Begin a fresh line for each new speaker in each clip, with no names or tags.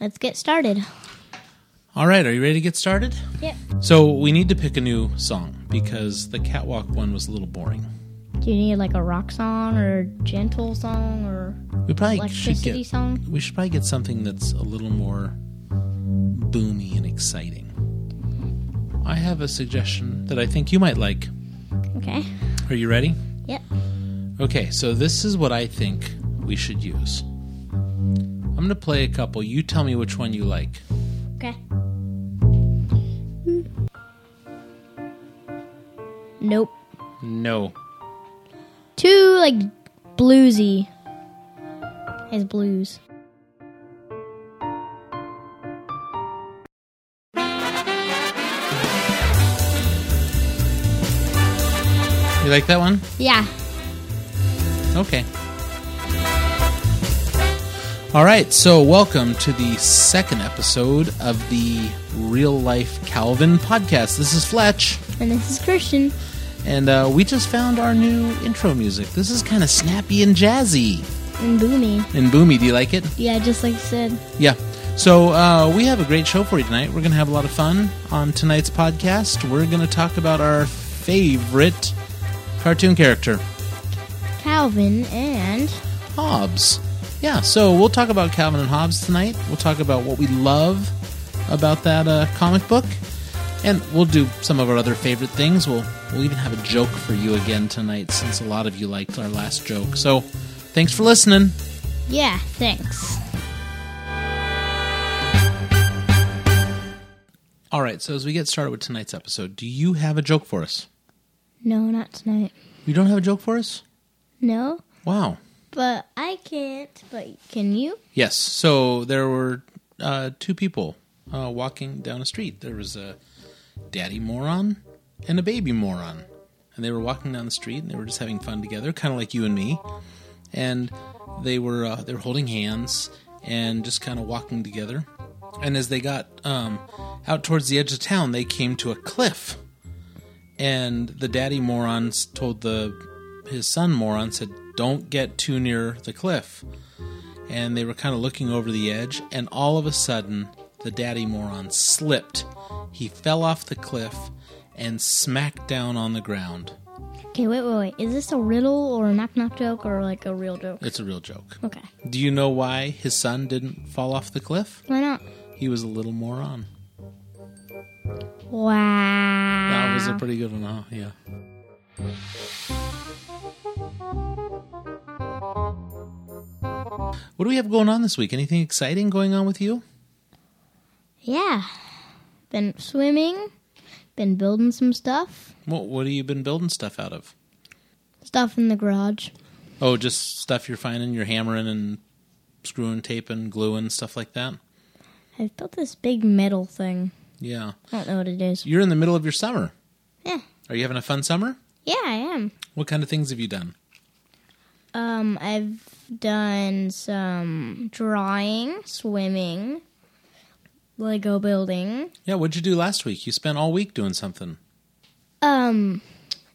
Let's get started.
All right, are you ready to get started?
Yep.
So we need to pick a new song because the catwalk one was a little boring.
Do you need like a rock song or gentle song or
We probably should
electricity
get
song?
we should probably get something that's a little more boomy and exciting. I have a suggestion that I think you might like.
Okay.
Are you ready?
Yep.
Okay, so this is what I think we should use. I'm going to play a couple. You tell me which one you like.
Okay. Nope.
No.
Too like bluesy. Has blues.
You like that one?
Yeah.
Okay. All right, so welcome to the second episode of the Real Life Calvin podcast. This is Fletch,
And this is Christian.
and uh, we just found our new intro music. This is kind of snappy and jazzy
And boomy.
and boomy. Do you like it?
Yeah, just like you said.
Yeah. So uh, we have a great show for you tonight. We're going to have a lot of fun on tonight's podcast. We're going to talk about our favorite cartoon character,
Calvin and
Hobbes. Yeah, so we'll talk about Calvin and Hobbes tonight. We'll talk about what we love about that uh, comic book, and we'll do some of our other favorite things. We'll we'll even have a joke for you again tonight, since a lot of you liked our last joke. So, thanks for listening.
Yeah, thanks.
All right, so as we get started with tonight's episode, do you have a joke for us?
No, not tonight.
You don't have a joke for us?
No?
Wow.
But I can't. But can you?
Yes. So there were uh, two people uh, walking down a street. There was a daddy moron and a baby moron. And they were walking down the street and they were just having fun together, kind of like you and me. And they were uh, they were holding hands and just kind of walking together. And as they got um, out towards the edge of town, they came to a cliff. And the daddy moron s- told the his son moron said, "Don't get too near the cliff." and they were kind of looking over the edge, and all of a sudden, the daddy moron slipped. He fell off the cliff and smacked down on the ground.
Okay, wait, wait, wait. Is this a riddle or a knock knock joke or like a real joke?
It's a real joke.
Okay.
Do you know why his son didn't fall off the cliff?
Why not?
He was a little moron.
Wow.
That was a pretty good one, huh? Yeah. What do we have going on this week? Anything exciting going on with you?
Yeah. Been swimming, been building some stuff,
What, what have you been building stuff out of?
stuff in the garage.
Oh, just stuff you're finding, you're hammering and screwing, taping, gluing, stuff like that.
I've built this big metal thing.
Yeah.
I don't know what it is.
You're in the middle of your summer.
Yeah.
Are you having a fun summer?
Yeah, I am.
What kind of things have you done?
Um, I've done some drawing, swimming, Lego building,
Yeah, what'd you do last week? You spent all week doing something.
um,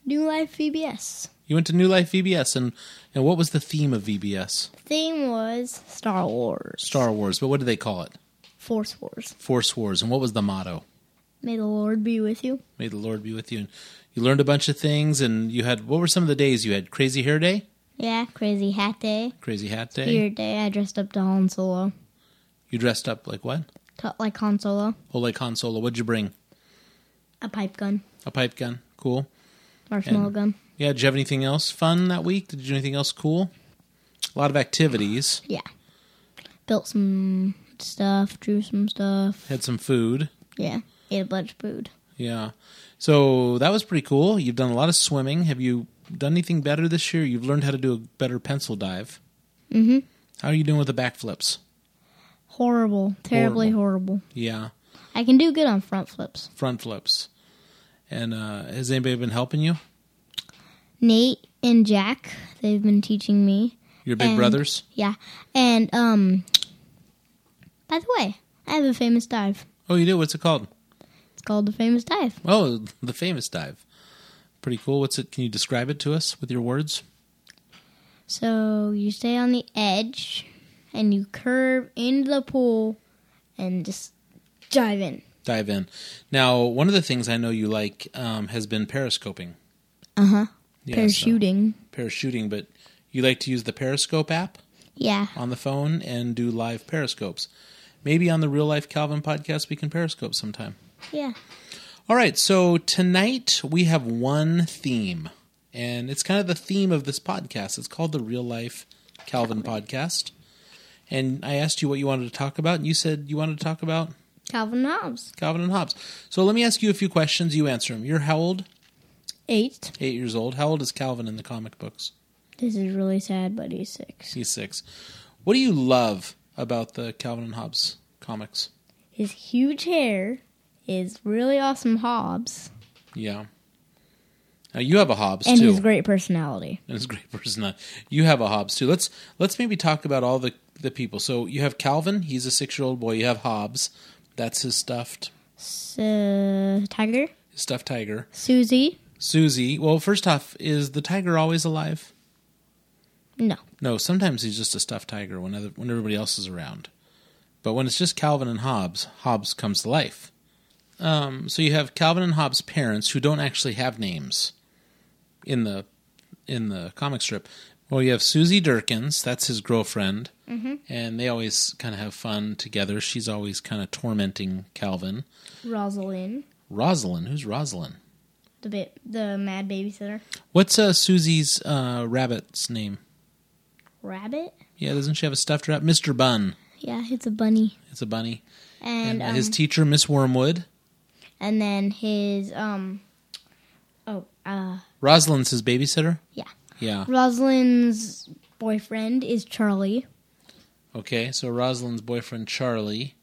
New Life VBS.
You went to New Life VBS and and what was the theme of VBS?
Theme was Star Wars,
Star Wars, but what do they call it?
Force Wars.
Force Wars. And what was the motto?
May the Lord be with you.
May the Lord be with you. And you learned a bunch of things and you had what were some of the days you had? Crazy hair day?
Yeah, crazy hat day.
Crazy hat day.
Weird day. I dressed up to Han Solo.
You dressed up like what?
Cut like Han Solo.
Oh like Han Solo. What'd you bring?
A pipe gun.
A pipe gun. Cool.
Marshmallow
And-
gun.
Yeah, did you have anything else fun that week? Did you do anything else cool? A lot of activities.
Yeah. Built some stuff, drew some stuff.
Had some food.
Yeah. Ate a bunch of food.
Yeah. So that was pretty cool. You've done a lot of swimming. Have you done anything better this year? You've learned how to do a better pencil dive.
Mhm.
How are you doing with the backflips?
Horrible. Terribly horrible.
Yeah,
I can do good on front flips.
front flips. And uh, has anybody been helping you?
Nate and Jack, they've been teaching me.
Your big
And-
brothers?
Yeah. And um by the way, I have a famous dive.
Oh, you do? What's it called?
It's called the famous dive.
Oh, the famous dive. Pretty cool. What's it? Can you describe it to us with your words?
So you stay on the edge and you curve into the pool and just dive in.
dive in. Now, one of the things I know you like um, has been periscoping.
Uh huh.
Yeah, so-
Parachuting.
parachuting, but you like to use the Periscope app
Yeah.
on the phone and do live periscopes. Maybe on the Real Life Calvin podcast, we can periscope sometime.
Yeah.
All right, so tonight we have one theme, and it's kind of the theme of this podcast. It's called the Real Life Calvin podcast. And I asked you what you wanted to talk about, and you said you wanted to talk about
Calvin Hobbes.
Calvin and Hobbes. So let me ask you a few questions. You answer them. You're how old?
Eight.
Eight years old. How old is Calvin in the comic books?
This is really sad, but he's six.
He's six. What do you love about the Calvin and Hobbes comics?
His huge hair is really awesome Hobbes.
Yeah. Now you have a Hobbes
And
too,
his great personality.
and his great person. Uh, You have a Hobbes too. Let's let's maybe talk about all the the people. So you have Calvin. He's a six year old boy. You have Hobbes. That's his stuffed
So, uh, tiger?
his stuffed tiger.
Susie?
Susie. Well, first off, is the tiger always alive?
No.
No, sometimes he's just a stuffed tiger when other, when everybody else is around. But when it's just Calvin and Hobbes, Hobbes comes to life. Um, so you have Calvin and Hobbes' parents who don't actually have names in the in the comic strip. Well, you have Susie Durkins, that's his girlfriend, and they always kind of have fun together. She's always kind of tormenting Calvin.
Rosalind?
Rosalind, who's Rosalind?
The ba- the mad babysitter?
What's uh, Susie's uh, rabbit's name?
Rabbit?
Yeah, doesn't she have a stuffed rabbit? Mister Bun.
Yeah, it's a bunny.
It's a bunny.
And
and uh,
um,
his teacher, Miss Wormwood.
and then his um oh uh
Rosalind's his babysitter.
yeah.
Yeah.
Rosalind's boyfriend is Charlie.
Okay. So Rosalind's boyfriend, Charlie.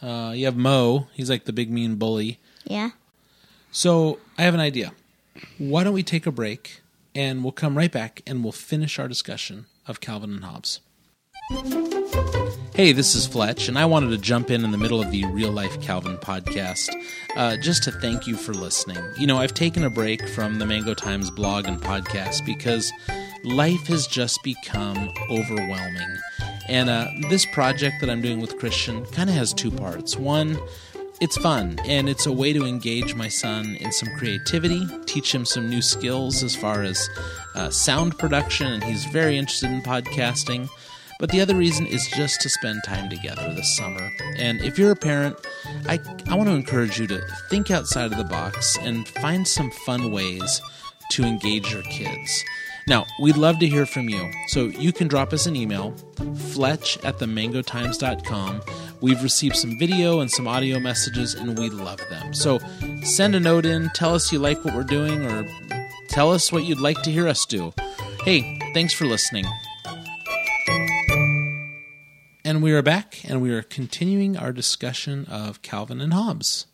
Uh, you have Mo. He's like the big mean bully.
Yeah.
So I have an idea. Why don't we take a break and we'll come right back and we'll finish our discussion of Calvin and Hobbes. Hey, this is Fletch, and I wanted to jump in in the middle of the Real Life Calvin podcast uh, just to thank you for listening. You know, I've taken a break from the Mango Times blog and podcast because life has just become overwhelming. And uh, this project that I'm doing with Christian kind of has two parts. One, it's fun and it's a way to engage my son in some creativity teach him some new skills as far as uh, sound production and he's very interested in podcasting but the other reason is just to spend time together this summer and if you're a parent i, I want to encourage you to think outside of the box and find some fun ways to engage your kids now, we'd love to hear from you. So you can drop us an email, fletch at themangotimes.com. We've received some video and some audio messages, and we love them. So send a note in, tell us you like what we're doing, or tell us what you'd like to hear us do. Hey, thanks for listening. And we are back, and we are continuing our discussion of Calvin and Hobbes.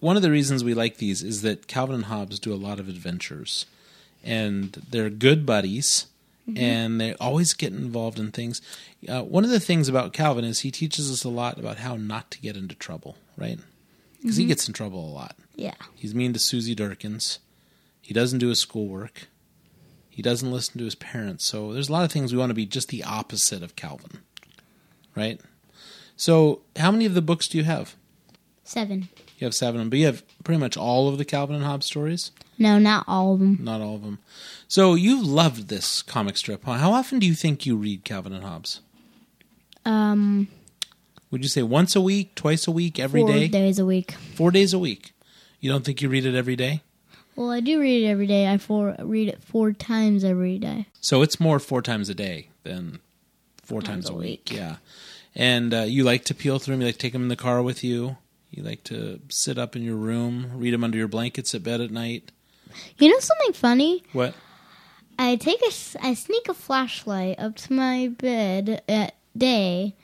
One of the reasons we like these is that Calvin and Hobbes do a lot of adventures and they're good buddies and they always get involved in things uh, one of the things about calvin is he teaches us a lot about how not to get into trouble right because he gets in trouble a lot
Yeah.
he's mean to susie durkins he doesn't do his schoolwork he doesn't listen to his parents so there's a lot of things we want to be just the opposite of calvin right so how many of the books do you have
Seven.
you have seven but you have pretty much all of the calvin and hobbes stories
No, not all of them.
not all of them. So you've loved this comic strip. Huh? How often do you think you read Calvin and Hobbes?
Um
Would you say once a week, twice a week, every
four
day,
days a week.
four days a week? You don't think you read it every day?
Well, I do read it every day. I four, read it four times every day.
So it's more four times a day than four times, a week. Yeah, and uh, you like to peel through them. You like to take them in the car with you. You like to sit up in your room, read them under your blankets at bed at night.
You know something funny?
What?
I take a, s- I sneak a flashlight up to my bed at day.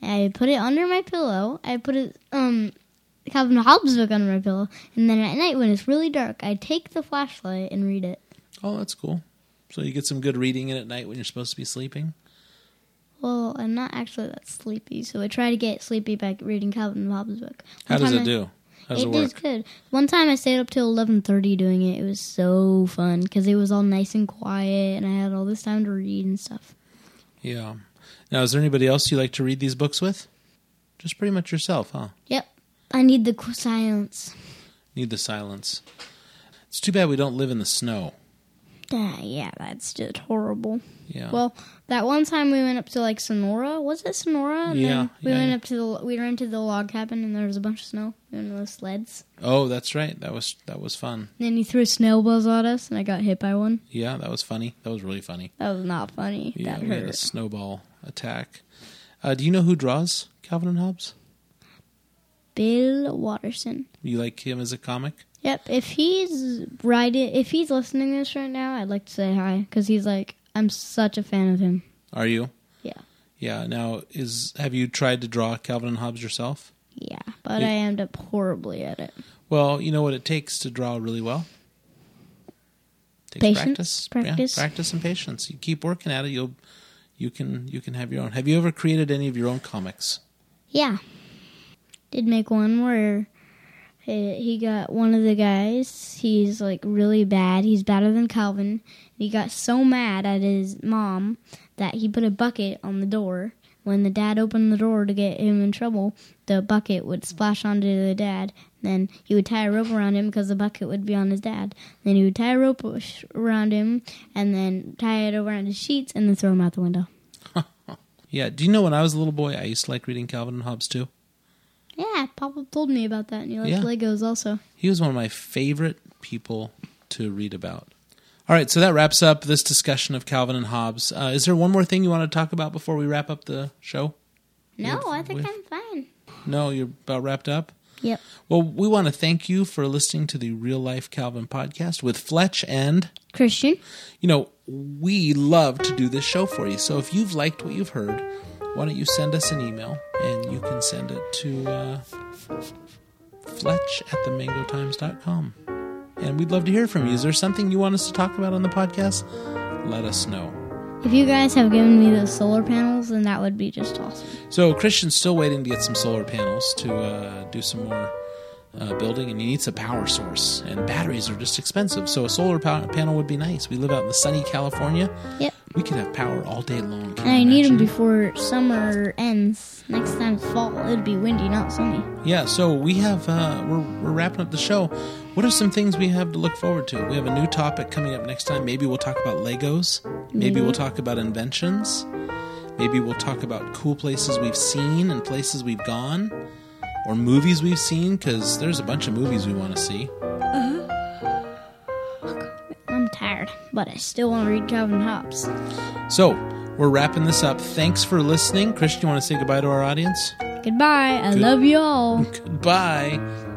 I put it under my pillow. I put it um Calvin Hobbes book under my pillow, and then at night when it's really dark, I take the flashlight and read it.
Oh, that's cool. So you get some good reading in at night when you're supposed to be sleeping.
Well, I'm not actually that sleepy, so I try to get sleepy by reading Calvin Hobbes book.
How
One
does
time
it
I-
do? How does it,
it
work?
is good. One time I stayed up till eleven thirty doing it. It was so fun because it was all nice and quiet, and I had all this time to read and stuff.
Yeah. Now, is there anybody else you like to read these books with? Just pretty much yourself, huh?
Yep. I need the qu- silence.
Need the silence. It's too bad we don't live in the snow.
Ah, yeah, that's just horrible.
Yeah.
Well, that one time we went up to like Sonora. Was it Sonora? And
Yeah,
then We
yeah,
went
yeah.
up to the we ran to the log cabin and there was a bunch of snow. We went on those sleds.
oh, that's right. That was that was fun.
And then he threw snowballs at us and I got hit by one.
Yeah, that was funny. That was really funny.
That was not funny.
Yeah,
that
we had a
hurt.
snowball attack. Uh, do you know who draws Calvin and Hobbes?
Bill Watterson.
You like him as a comic?
Yep. If he's writing, if he's listening to this right now, I'd like to say hi because he's like, I'm such a fan of him.
Are you?
Yeah.
Yeah. Now, is have you tried to draw Calvin and Hobbes yourself?
Yeah, but
Yeah.
I end up horribly at it.
Well, you know what it takes to draw really well. Takes
Patience,
practice, Yeah,
practice.
practice, and patience. You keep working at it. You'll, you can, you can have your own. Have you ever created any of your own comics?
Yeah. Did make one where he he got one of the guys. He's like really bad. He's better than Calvin. He got so mad at his mom that he put a bucket on the door. When the dad opened the door to get him in trouble, the bucket would splash onto the dad. Then he would tie a rope around him because the bucket would be on his dad. Then he would tie a rope sh- around him and then tie it around his sheets and then throw him out the window.
Yeah. Do you know when I was a little boy, I used to like reading Calvin and Hobbes too.
Yeah, Papa told me about that, and he liked
Yeah.
Legos also.
He was one of my favorite people to read about. All right, so that wraps up this discussion of Calvin and Hobbes. Uh, is there one more thing you want to talk about before we wrap up the show?
No,
With-
I think
with-
I'm fine.
No, you're about wrapped up.
Yep.
Well, we want to thank you for listening to the Real Life Calvin podcast with Fletch and
Christian,
you know, we love to do this show for you. So if you've liked what you've heard, why don't you send us an email and you can send it to uh, Fletch at themangotimes.com. And we'd love to hear from you. Is there something you want us to talk about on the podcast? Let us know.
if you guys have given me those solar panels, then that would be just awesome.
So Christian's still waiting to get some solar panels to uh, do some more uh, building, and he needs a power source. And batteries are just expensive, so a solar pow- panel would be nice. We live out in the sunny California.
Yep.
We could have power all day long. Can
And I
you
need them
imagine?
before summer ends. Next time it's fall, it'd be windy, not sunny.
Yeah, so we have uh, we're we're wrapping up the show. What are some things we have to look forward to? We have a new topic coming up next time. Maybe we'll talk about Legos. Maybe
Maybe.
we'll talk about inventions. Maybe we'll talk about cool places we've seen and places we've gone, or movies we've seen because there's a bunch of movies we want to see.
I'm tired, but I still want to read Calvin Hobbes.
So we're wrapping this up. Thanks for listening, Christian. You want to say goodbye to our audience?
Goodbye. I love you all.
Goodbye.